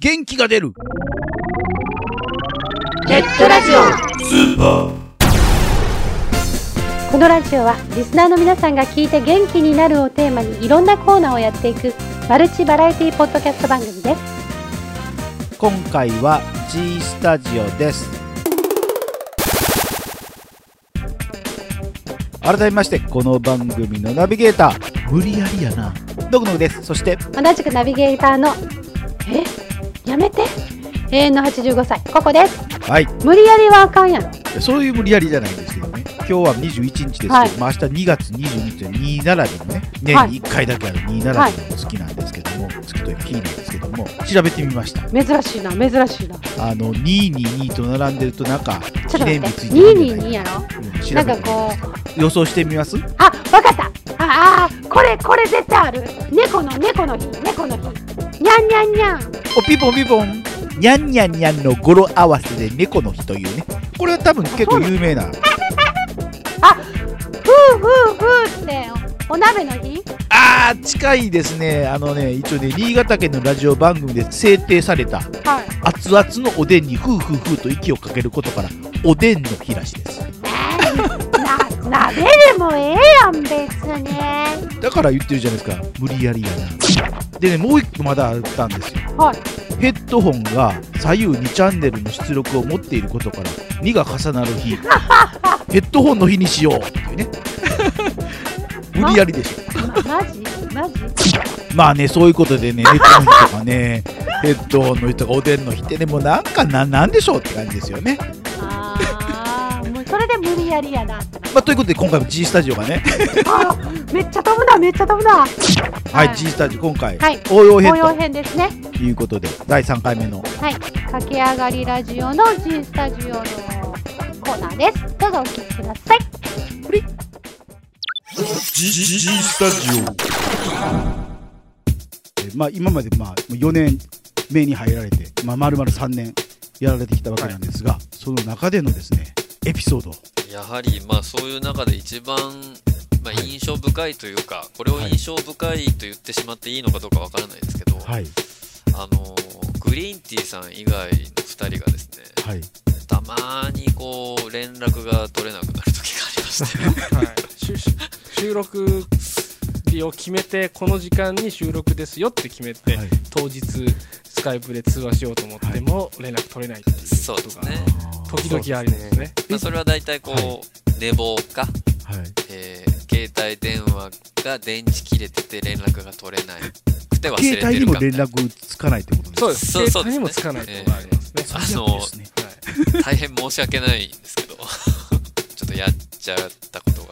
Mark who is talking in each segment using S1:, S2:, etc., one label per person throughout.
S1: 元気が出る
S2: ネットラジオこのラジオはリスナーの皆さんが聞いて元気になるをテーマにいろんなコーナーをやっていくマルチバラエティポッドキャスト番組です
S1: 今回は G スタジオです改めましてこの番組のナビゲーター無理やりやなノグノグですそして
S2: 同じくナビゲーターのえやめて永遠の85歳ここです
S1: はい
S2: 無理やりはあかんやん
S1: そういう無理やりじゃないんですけどね今日は21日ですけど、
S2: はい
S1: まあ明日2月22日に27でもね年に1回だけある27
S2: はい
S1: でも好きなんですけども、好きというか日なんですけども調べてみました
S2: 珍しいな珍しいなち
S1: あの222と並んでるとなんか
S2: ょっと
S1: 記
S2: 待
S1: 念
S2: っ
S1: 日
S2: て
S1: ついてるんじゃない
S2: 222やろ
S1: うん調
S2: な
S1: べ
S2: ん
S1: て
S2: か
S1: みま
S2: こ
S1: した
S2: う
S1: 予想してみます
S2: あわかったああーこれこれ絶対ある猫の猫の日猫の日にゃんにゃんにゃん
S1: おピポンピポンにゃんにゃんにゃんの語呂合わせで猫の日というねこれは多分結構有名な
S2: あふうふうふうってお鍋の日
S1: あー近いですねあのね一応ね新潟県のラジオ番組で制定された
S2: はい
S1: 熱々のおでんにふうふうふうと息をかけることからおでんの日らしいです
S2: な鍋でもええやん別に
S1: だから言ってるじゃないですか無理やりやなでねもう一個まだあったんですよ
S2: はい
S1: ヘッドホンが左右2チャンネルの出力を持っていることから2が重なる日ヘッドホンの日にしようっていう ね無理やりでしょ
S2: ま、マジマジ
S1: まあね、そういうことでね、猫の日とかね、ヘッドホンの日とかおでんの日ってね、もうなんかな、なんでしょうって感じですよね。
S2: あーもうそれで無理やりやな
S1: まあ、ということで、今回も G スタジオがね、
S2: あーめっちゃ飛ぶなめっちゃ飛ぶな
S1: はい、
S2: はい
S1: G スタジオ、今回、
S2: はい
S1: 応用編
S2: 応用
S1: と
S2: 編ですね
S1: いうことで、第3回目の、
S2: はい駆け上がりラジオの G スタジオのコーナーですどうぞお聞きください
S3: G, G, G Stadio.
S4: えーまあ、今までまあ4年目に入られて、まあ、丸々3年やられてきたわけなんですが、その中でのですねエピソード
S5: やはりまあそういう中で一番、まあ、印象深いというか、これを印象深いと言ってしまっていいのかどうかわからないですけど、
S4: い
S5: あのグリーンティーさん以外の2人がですね
S4: はい
S5: たまーにこう連絡が取れなくなる時がありまして
S6: はい、収収録日を決めてこの時間に収録ですよって決めて、
S4: はい
S6: 当日スカイプで通話しようと思っても連絡取れないって いう
S5: そう
S6: こ
S5: で
S6: と
S5: す
S6: が
S5: ね、
S6: 時々ありますね
S5: まあ、それは大体こう、寝坊か、
S4: はい
S5: えー携帯電話が電池切れてて連絡が取れないくて忘れてる
S4: 携
S5: か
S4: 帯にも連絡つかないってことです
S6: そう
S4: ね
S6: です
S5: そうそう
S6: 携
S5: です
S6: 帯
S5: ね
S6: にもつかないことがありますね、
S5: あ
S4: 最悪
S5: の
S4: ですね
S6: はい
S5: 大変申し訳ないんですけど ちょっとやっちゃったことが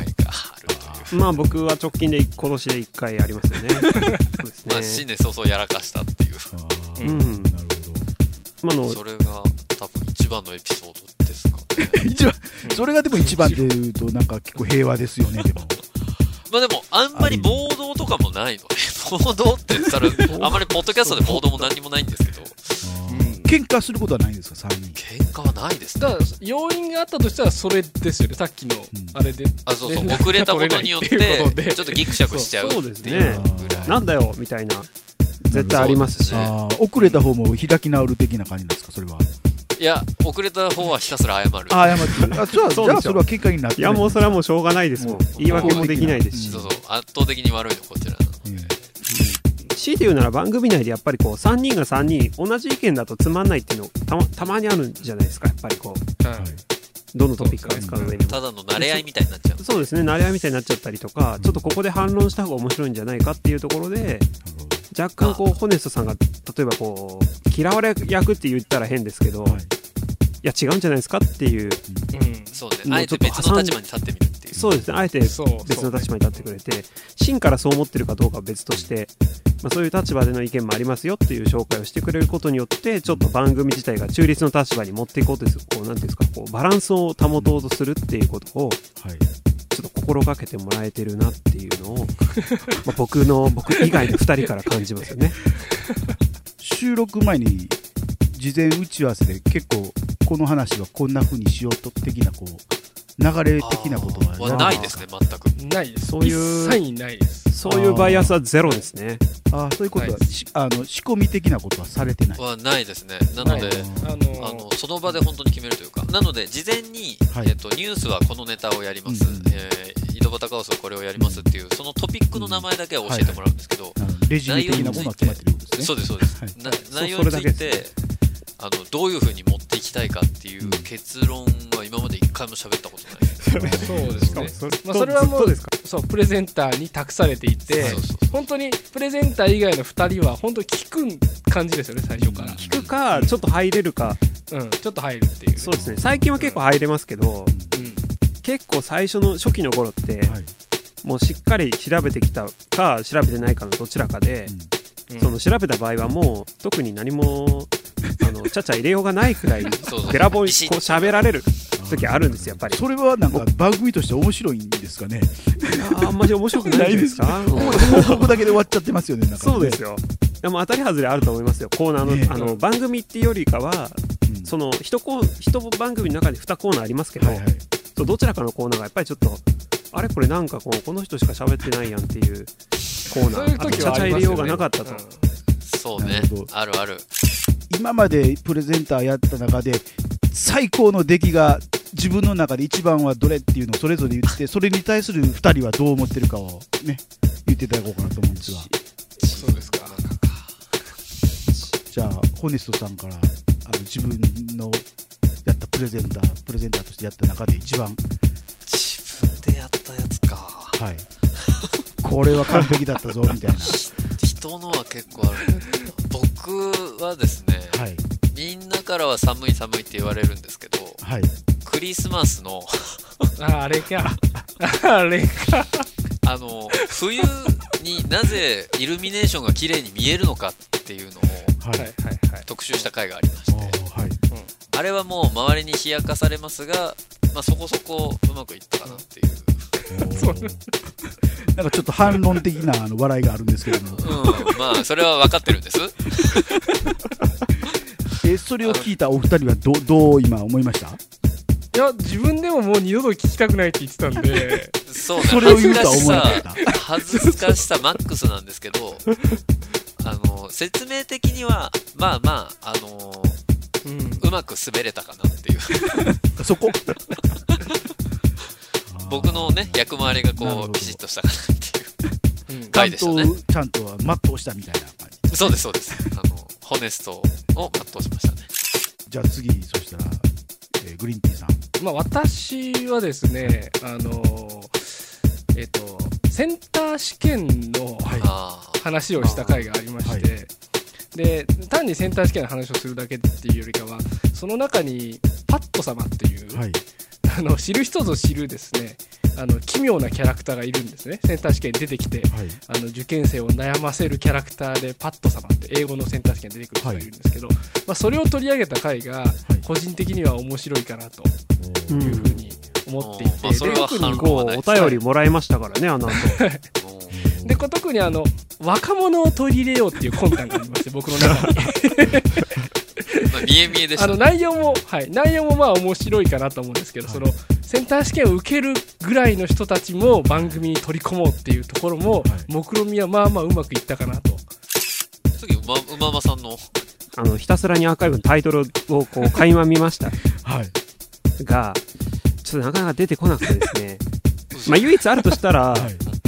S5: 何回かあるという
S7: まあ僕は直近でこの試で1回あり ますよね。そうですね。
S5: まあ新年早々やらかしたっていう
S4: あー
S7: うん。
S4: なるほ
S7: 今の
S5: それが多分一番のエピソードですか ね
S4: ど一番それがでも一番でいうとなんか結構平和ですよねでも
S5: まあでもあんまり暴動とかもないので 暴動って言ったらあんまりポッドキャストで暴動も何もないんですけど
S6: うん
S4: 喧嘩することはないんですか3人
S5: 喧嘩はないですね
S6: だから要因があったとしたらそれですよねさっきのあれで、
S5: あそうそう
S6: 連絡が
S5: 遅れたことによって
S6: 取れないっていうことで
S5: ちょっとギクシャクしちゃうってい
S7: そ
S5: う
S7: うですね。
S5: ぐらい
S7: なんだよみたいな絶対ありますし。
S4: あー遅れた方も開き直る的な感じなんですかそれはい
S5: や遅れた方はひたすら謝る
S4: ああ謝ってるあじゃあ
S7: そう
S4: じ
S7: でし
S4: ゃあそ
S7: ょ
S4: れは喧嘩になっ
S7: い
S4: てな
S7: やもうそれはもうしょうがないですもん。言い訳もできないですし
S5: そうそう圧倒的に悪いのこちらなの
S4: うん
S7: 強いて言うなら番組内でやっぱりこう3人が3人同じ意見だとつまんないっていうのたまたまにあるんじゃないですかやっぱりこう
S6: はい
S7: どのトピックが使う上にも
S5: た。だの慣れ合いみたいになっちゃう
S7: そうですね慣れ合いみたいになっちゃったりとかちょっとここで反論した方が面白いんじゃないかっていうところで若干こうホネストさんが例えばこう嫌われ役って言ったら変ですけど、
S4: はい
S7: いや違うんじゃないですかってい
S6: う
S7: う
S6: ん
S5: そう
S7: も
S5: ね
S7: う
S5: あえて
S7: ちょっと
S5: 別
S7: 挟ん
S5: の立場に立ってみるっていう
S7: そうですねあえて
S6: そうそう
S7: 別の立場に立ってくれて真からそう思ってるかどうかは別として、まあ、そういう立場での意見もありますよっていう紹介をしてくれることによってちょっと番組自体が中立の立場に持っていこうとするこうなんていうんですかこうバランスを保とうとするっていうことを
S4: はい
S7: ちょっと心がけてもらえてるなっていうのを まあ僕の僕以外の2人から感じますよね。
S4: 収録前に事前打ち合わせで結構この話はこんな風にしようと的なこう流れ的なことは
S5: はないですね全く
S6: ないです
S7: そういう
S6: 一切ないです
S7: そういうバイアスはゼロですね。
S4: あーそういうことは、
S6: はい
S4: しあの仕込み的なことはされてない
S5: はないですねなので、
S6: はいあの
S5: あのその場で本当に決めるというかなので事前に、
S4: はい
S5: えっとニュースはこのネタをやります、
S4: うんうん
S5: えー井戸端カオスはこれをやりますっていうそのトピックの名前だけは教えてもらうんですけど、
S4: あのレジュメ的なものは決まってるんですね
S5: そうですそうです、
S4: はい
S5: な
S7: う
S5: 内容につ
S7: それだけ
S5: いて
S7: で
S5: あのどういうふうに持っていきたいかっていう結論は今まで一回も喋ったことないです、
S6: そうですね
S7: それ
S6: まあそれはもう
S7: ずっとですか
S6: そうプレゼンターに託されていて
S5: そうそう
S6: 本当にプレゼンター以外の2人は本当に聞く感じですよね最初から、
S7: 聞くか、ちょっと入れるか、
S6: うん、ちょっと入るっていう、
S7: そうですね、最近は結構入れますけど、結構最初の初期の頃って、
S4: はい
S7: もうしっかり調べてきたか、調べてないかのどちらかで、
S6: うん
S7: その調べた場合はもう、特に何も、あの、ちゃちゃ入れようがないくらい、
S5: そうそう
S7: べらぼうに
S5: ビシッ
S7: こう喋られる時あるんですよ、やっぱり。
S4: それはなんか番組として面白いんですかね
S7: あんまり面白くないんじゃないですか。うん
S4: 報告だけで終わっちゃってますよねなんかね
S7: そうですよ。でも当たり外れあると思いますよ。コーナーの、
S4: ね
S7: あの、番組っていうよりかは、
S4: うん
S7: その、一コー、一番組の中で2コーナーありますけど、
S4: はいはい
S7: そうどちらかのコーナーがやっぱりちょっと、あれこれなんかこう、この人しか喋ってないやんっていうコーナー。
S6: そういう時
S7: あ
S6: は
S7: とちゃちゃ
S6: ありま
S7: 入れ
S6: すよ、ね、
S7: ようがなかったと。
S5: そうね
S4: なるほど
S5: あるある
S4: 今までプレゼンターやった中で最高の出来が自分の中で一番はどれっていうのをそれぞれ言ってそれに対する2人はどう思ってるかをね言っていただこうかなと思うんですが
S6: うんそうですか
S4: じゃあホネストさんからあの自分のやったプレゼンタープレゼンターとしてやった中で一番
S5: 自分でやったやつか
S4: はいこれは完璧だった ぞみたいな
S5: 人のは結構あるんだけどな僕はですね、
S4: はい
S5: みんなからは寒い寒いって言われるんですけど
S4: はい
S5: クリスマスの
S6: ああれか あれか
S5: あの冬になぜイルミネーションが綺麗に見えるのかっていうのを
S4: はい
S6: はいはいはい
S5: 特集した回がありま
S4: あ
S5: して
S4: ーはい
S5: あれはもう周りに冷やかされますが、まあ、そこそこうまくいったかなっていう、
S6: そう
S4: なんかちょっと反論的なあの笑いがあるんですけども
S5: うん、まあそれは分かってるんです
S4: えそれを聞いたお二人はどどう今思いました
S6: いや自分でももう二度と聞きたくないって言ってたんで
S5: そうね
S4: それを言うとは
S5: 恥ず
S4: 思わな
S5: か
S4: か
S5: し
S4: った
S5: さ恥ずかしさマックスなんですけどあの説明的にはまあまああの
S6: うん
S5: うまく滑れたかなっていう
S4: そこ
S5: 僕のね役回りが
S4: なるほ
S5: こ
S4: ど
S5: うビシッとしたかなっていう
S6: うん
S5: 回でしたね
S4: ちゃんとちゃんとマップをしたみたいな感じ
S5: そうですそうですあのホネストを全うしましたね
S4: じゃあ次そしたら、えーグリーンティーさん
S6: まあ、私はですね、あのーえっ、と、センター試験の
S5: ああ
S6: 話をした回がありまして、で、単にセンター試験の話をするだけっていうよりかは、その中に、パット様っていう、
S4: はい
S6: あの、知る人ぞ知るですね、あの、奇妙なキャラクターがいるんですね。センター試験に出てきて、
S4: はい
S6: あの受験生を悩ませるキャラクターでパット様って英語のセンター試験に出てくる人がいるんですけど、まあ、それを取り上げた回が個人的には面白いかなと
S7: う。
S6: いうふうんに思っていて、
S5: まあそれは
S6: で特に
S5: 反論は
S6: こ
S5: な
S7: こ、
S5: いう
S7: お便りもらいましたからね、あの後。
S5: もう
S6: うでこう特にあの若者を取り入れようっていう魂胆がありまして僕の中に
S5: まあ、見え見えでし
S6: あ
S5: た
S6: の内容も、はい、内容もまあ面白いかなと思うんですけど、そのセンター試験を受けるぐらいの人たちも番組に取り込もうっていうところも、目論見みはまあまあうまくいったかなと
S5: 次うまうままさんの
S7: あの、ひたすらにアーカイブのタイトルをこう、垣間見ました
S4: はい
S7: が、ちょっとなかなか出てこなくてですね。まあ、唯一あるとした ら、
S4: はい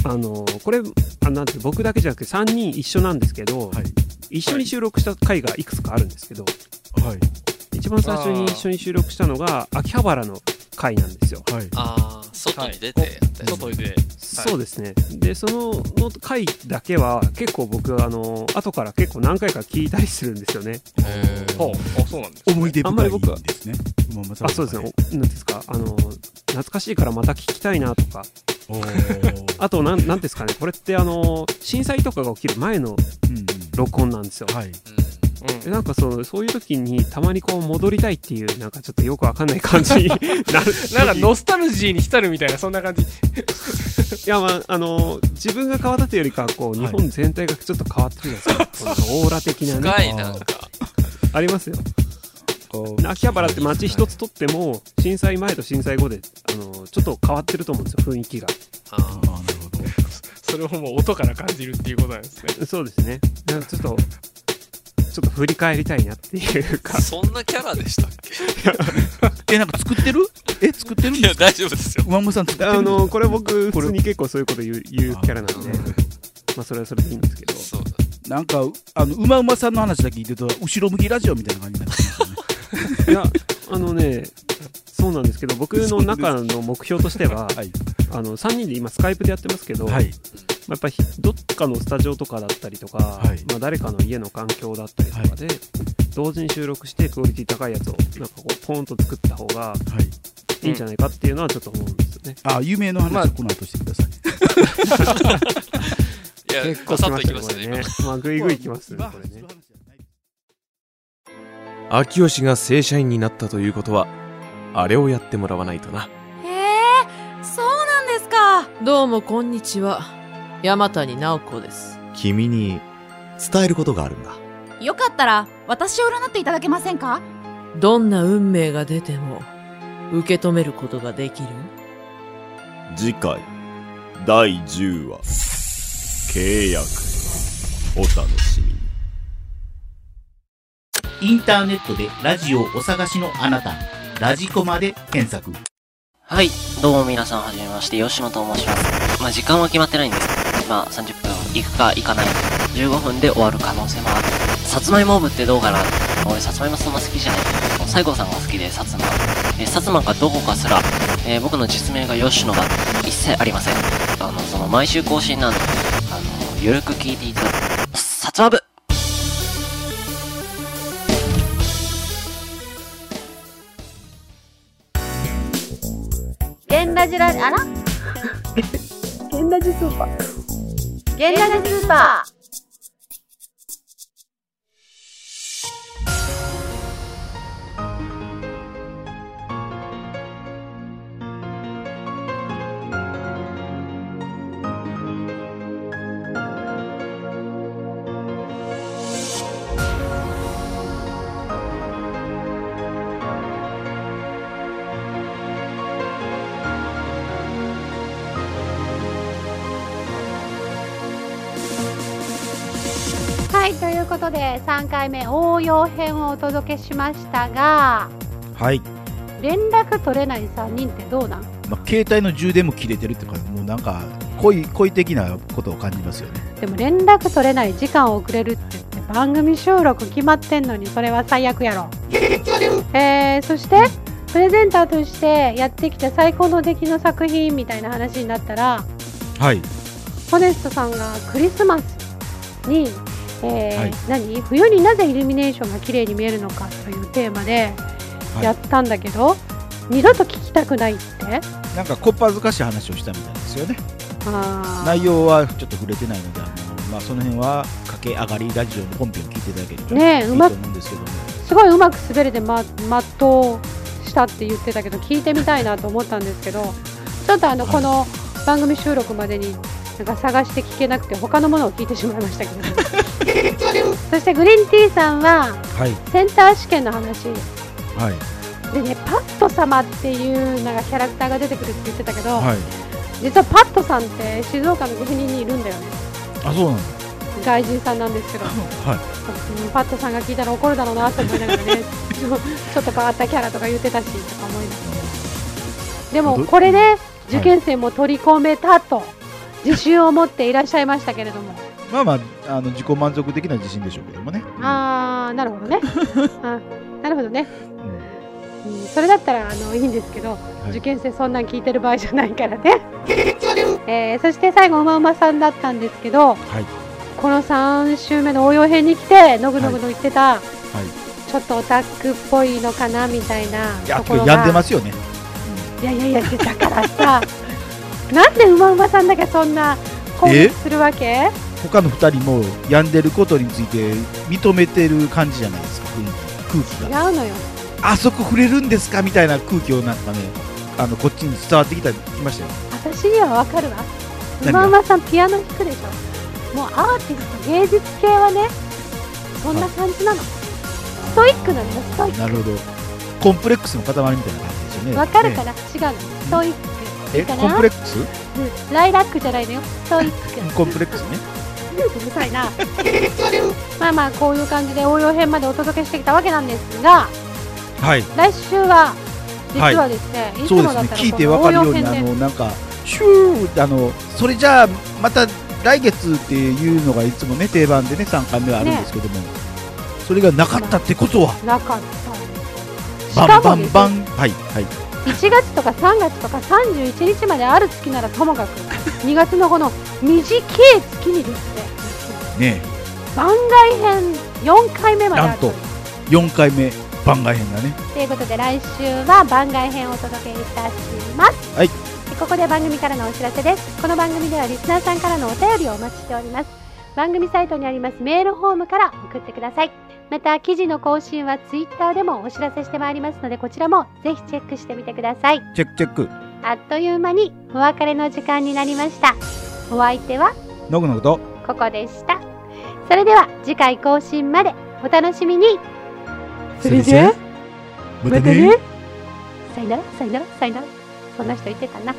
S7: あのこれあなんて僕だけじゃなくて3人一緒なんですけど、
S4: はい
S7: 一緒に収録した回がいくつかあるんですけど
S4: はい
S7: 一番最初に一緒に収録したのが秋葉原の回なんですよ、
S4: はい
S5: ああ外に出てやったやつ、
S6: 外で
S7: そうですねでそのの回だけは結構僕あの後から結構何回か聞いたりするんですよね
S5: へー
S6: ほうあそうなんです
S4: 思い出
S7: あんま
S4: 深
S7: り
S4: い
S7: 僕は
S4: ですね今まさ
S7: あそうですねおなんていうんですかあの懐かしいからまた聞きたいなとか
S4: おー
S7: あとなんなんですかねこれってあの震災とかが起きる前の
S4: うんうん
S7: 録音なんですよ
S4: はい
S5: うん
S7: でなんかそのそういう時にたまにこう戻りたいっていうなんかちょっとよくわかんない感じになる
S6: なんかノスタルジーに浸るみたいなそんな感じ
S7: いやまああの自分が変わったというよりかはこう
S4: はい
S7: 日本全体がちょっと変わってるじゃないですか、このオーラ的なね
S5: 深いなんか
S7: ありますよ
S6: こ
S7: 秋葉原って街一つとっても震災前と震災後であのちょっと変わってると思うんですよ雰囲気が
S5: あ
S4: あなるほど
S6: うそれをもう音から感じるっていうことなんですね
S7: そうですねなんかちょっとちょっと振り返りたいなって いうか
S5: ーそんなキャラでしたっけ
S1: えなんか作ってるえ作ってるん
S5: い
S1: で
S5: や
S1: すか
S5: 大丈夫ですよ
S1: 上村さん作ってる
S7: あ
S1: んですか
S7: のこれ僕普通に結構そういうこと言う言うキャラなんでまあそれはそれでいいんですけど
S5: そうだ
S4: なんかあのうまうまさんの話だけ聞いてると後ろ向きラジオみたいな感じになってますよね
S7: いやあのねそうなんですけど僕の中の目標としては、
S4: はい
S7: あの3人で今スカイプでやってますけど、
S4: はい
S7: まあ、やっぱひどっかのスタジオとかだったりとか、
S4: はい
S7: まあ、誰かの家の環境だったりとかで、同時に収録してクオリティ高いやつをなんかこうポーンと作った方が
S4: はい
S7: いいんじゃないかっていうのはちょっと思うんですよね。
S4: あ有名の
S6: ま
S4: 話
S6: あ
S4: をこの後してください、
S5: いや
S7: 結構
S5: ガサ
S7: 来
S5: ッ
S7: ま
S5: とい
S7: し
S5: き
S7: たね
S5: ま
S7: こ
S5: した
S7: れ
S5: ね
S7: ね。まあグイグイきますねこれね。
S8: 秋吉が正社員になったということはあれをやってもらわないとな
S9: へえそうなんですか
S10: どうもこんにちは。山谷直子です。
S11: 君に伝えることがあるんだ。
S9: よかったら私を占っていただけませんか
S10: どんな運命が出ても、受け止めることができる
S11: 次回、第10話、契約、お楽しみに。
S12: インターネットでラジオをお探しのあなた、ラジコマで検索。はい、どうも皆さん、はじめまして、吉野と申します。まあ、時間は決まってないんですけど、まあ、30分行くか行かないか、15分で終わる可能性もある。さつまいも部ってどうかな俺、さつまいもそんな好きじゃない。西郷さんが好きで、さつま。えー、さつまかどこかすら、えー僕の実名が吉野だ一切ありません。あの、その、毎週更新なんで、あの、ゆるく聞いていただく。さつま部
S2: ゲンラジラあらゲンラジスーパーゲンラジスーパーはいということで3回目応用編をお届けしましたが
S1: はい、
S2: 連絡取れない3人ってどうなん
S1: まあ、携帯の充電も切れてるっていうかもうなんか恋恋的なことを感じますよね
S2: でも連絡取れない時間遅れるって言って番組収録決まってんのにそれは最悪やろえー、そしてプレゼンターとしてやってきて最高の出来の作品みたいな話になったら
S1: はい
S2: ホネストさんがクリスマスに、えー
S1: はい
S2: 何冬になぜイルミネーションが綺麗に見えるのかというテーマで
S1: はい
S2: やったんだけど、二度と聞きたくないって
S1: なんかこっぱずかしい話をしたみたいですよね
S2: あー
S1: 内容はちょっと触れてないのであの、まあ、その辺は駆け上がりラジオの本編を聞いていただければ
S2: ねえ
S1: いうい
S2: ま
S1: と思うんですけども
S2: すごいうまく滑れて、ま、全うしたって言ってたけど聞いてみたいなと思ったんですけどちょっとあの、
S1: はい
S2: この番組収録までになんか探して聞けなくて他のものを聞いてしまいましたけ どそしてグリーンティーさんは
S1: はい
S2: センター試験の話
S1: はい
S2: でね、パット様っていうなんかキャラクターが出てくるって言ってたけど、
S1: はい
S2: 実はパットさんって静岡の御人にいるんだよね
S1: あそうなんだ
S2: 外人さんなんですけど、
S1: はい
S2: うんパットさんが聞いたら怒るだろうなって思いながら ねちょちょっと変わったキャラとか言ってたしとか思いながらでも
S1: ど
S2: これで受験生も取り込めたと自信を持っていらっしゃいましたけれども
S1: まあまああの自己満足的な自信でしょうけどもね
S2: あーなるほ どねあなるほどね、うん、それだったらあのいいんですけど
S1: い
S2: 受験生そんなん聞いてる場合じゃないか らね、えーそして最後うまうまさんだったんですけど、
S1: はい
S2: この3週目の応用編に来てのぐのぐの言ってた、
S1: い
S2: ちょっとオタクっぽいのかなみたいない
S1: や
S2: ところが
S1: 病んでますよね
S2: いやいやいやだか らさなんでうまうまさんだけそんな攻
S1: え
S2: 撃するわけ
S1: 他の2人も病んでることについて認めてる感じじゃないですか雰囲気
S2: 違
S1: 空
S2: う
S1: 気が
S2: のよ
S1: あそこ触れるんですかみたいな空気をなんかねあのこっちに伝わってきたきましたよ
S2: 私にはわかるわう
S1: 何
S2: ま
S1: が
S2: うまさんピアノ弾くでしょもうアーティスト芸術系はねそんな感じなの、
S1: あ
S2: ストイックなんだストイッ
S1: なるほどコンプレックスの塊みたいな感じですよね
S2: クわかるか
S1: ね
S2: な、違うのストイックい
S1: え
S2: いかな
S1: コンプレックス
S2: うんライラックじゃないのよストイック
S1: コンプレックスね
S2: うるさ いなまあまあこういう感じで応用編までお届けしてきたわけなんですが
S1: はい
S2: 来週は実はですね、い、つ
S1: そ
S2: も
S1: うですね
S2: だったら
S1: 聞い
S2: こ
S1: てわ
S2: の
S1: か
S2: 応
S1: るよ
S2: 用
S1: うに
S2: 編
S1: あ
S2: で
S1: のなんかシューってあのそれじゃあまた来月っていうのがいつもね定番でね3回目はあるんですけども、それがなかったってことは
S2: なかった
S1: バン
S2: しか
S1: バ
S2: もで
S1: ン
S2: す
S1: バンはいはい
S2: 1月とか3月とか31日まである月ならともかく2月のこの短い月にですね
S1: ね
S2: 番外編4回目
S1: え
S2: まであ
S1: なん
S2: る
S1: と4回目番外編だね
S2: ということで来週は番外編をお届けいたします
S1: はい
S2: ここで番組からのお知らせですこの番組ではリスナーさんからのお便りをお待ちしております番組サイトにありますメールフォームから送ってくださいまた記事の更新はツイッターでもお知らせしてまいりますのでこちらもぜひチェックしてみてください
S1: チェックチェック
S2: あっという間にお別れの時間になりましたお相手は
S1: ノグノグと
S2: ここでしたそれでは次回更新までお楽しみに
S1: それじゃあまたね
S2: さよならさよならさよならそんな人いてたな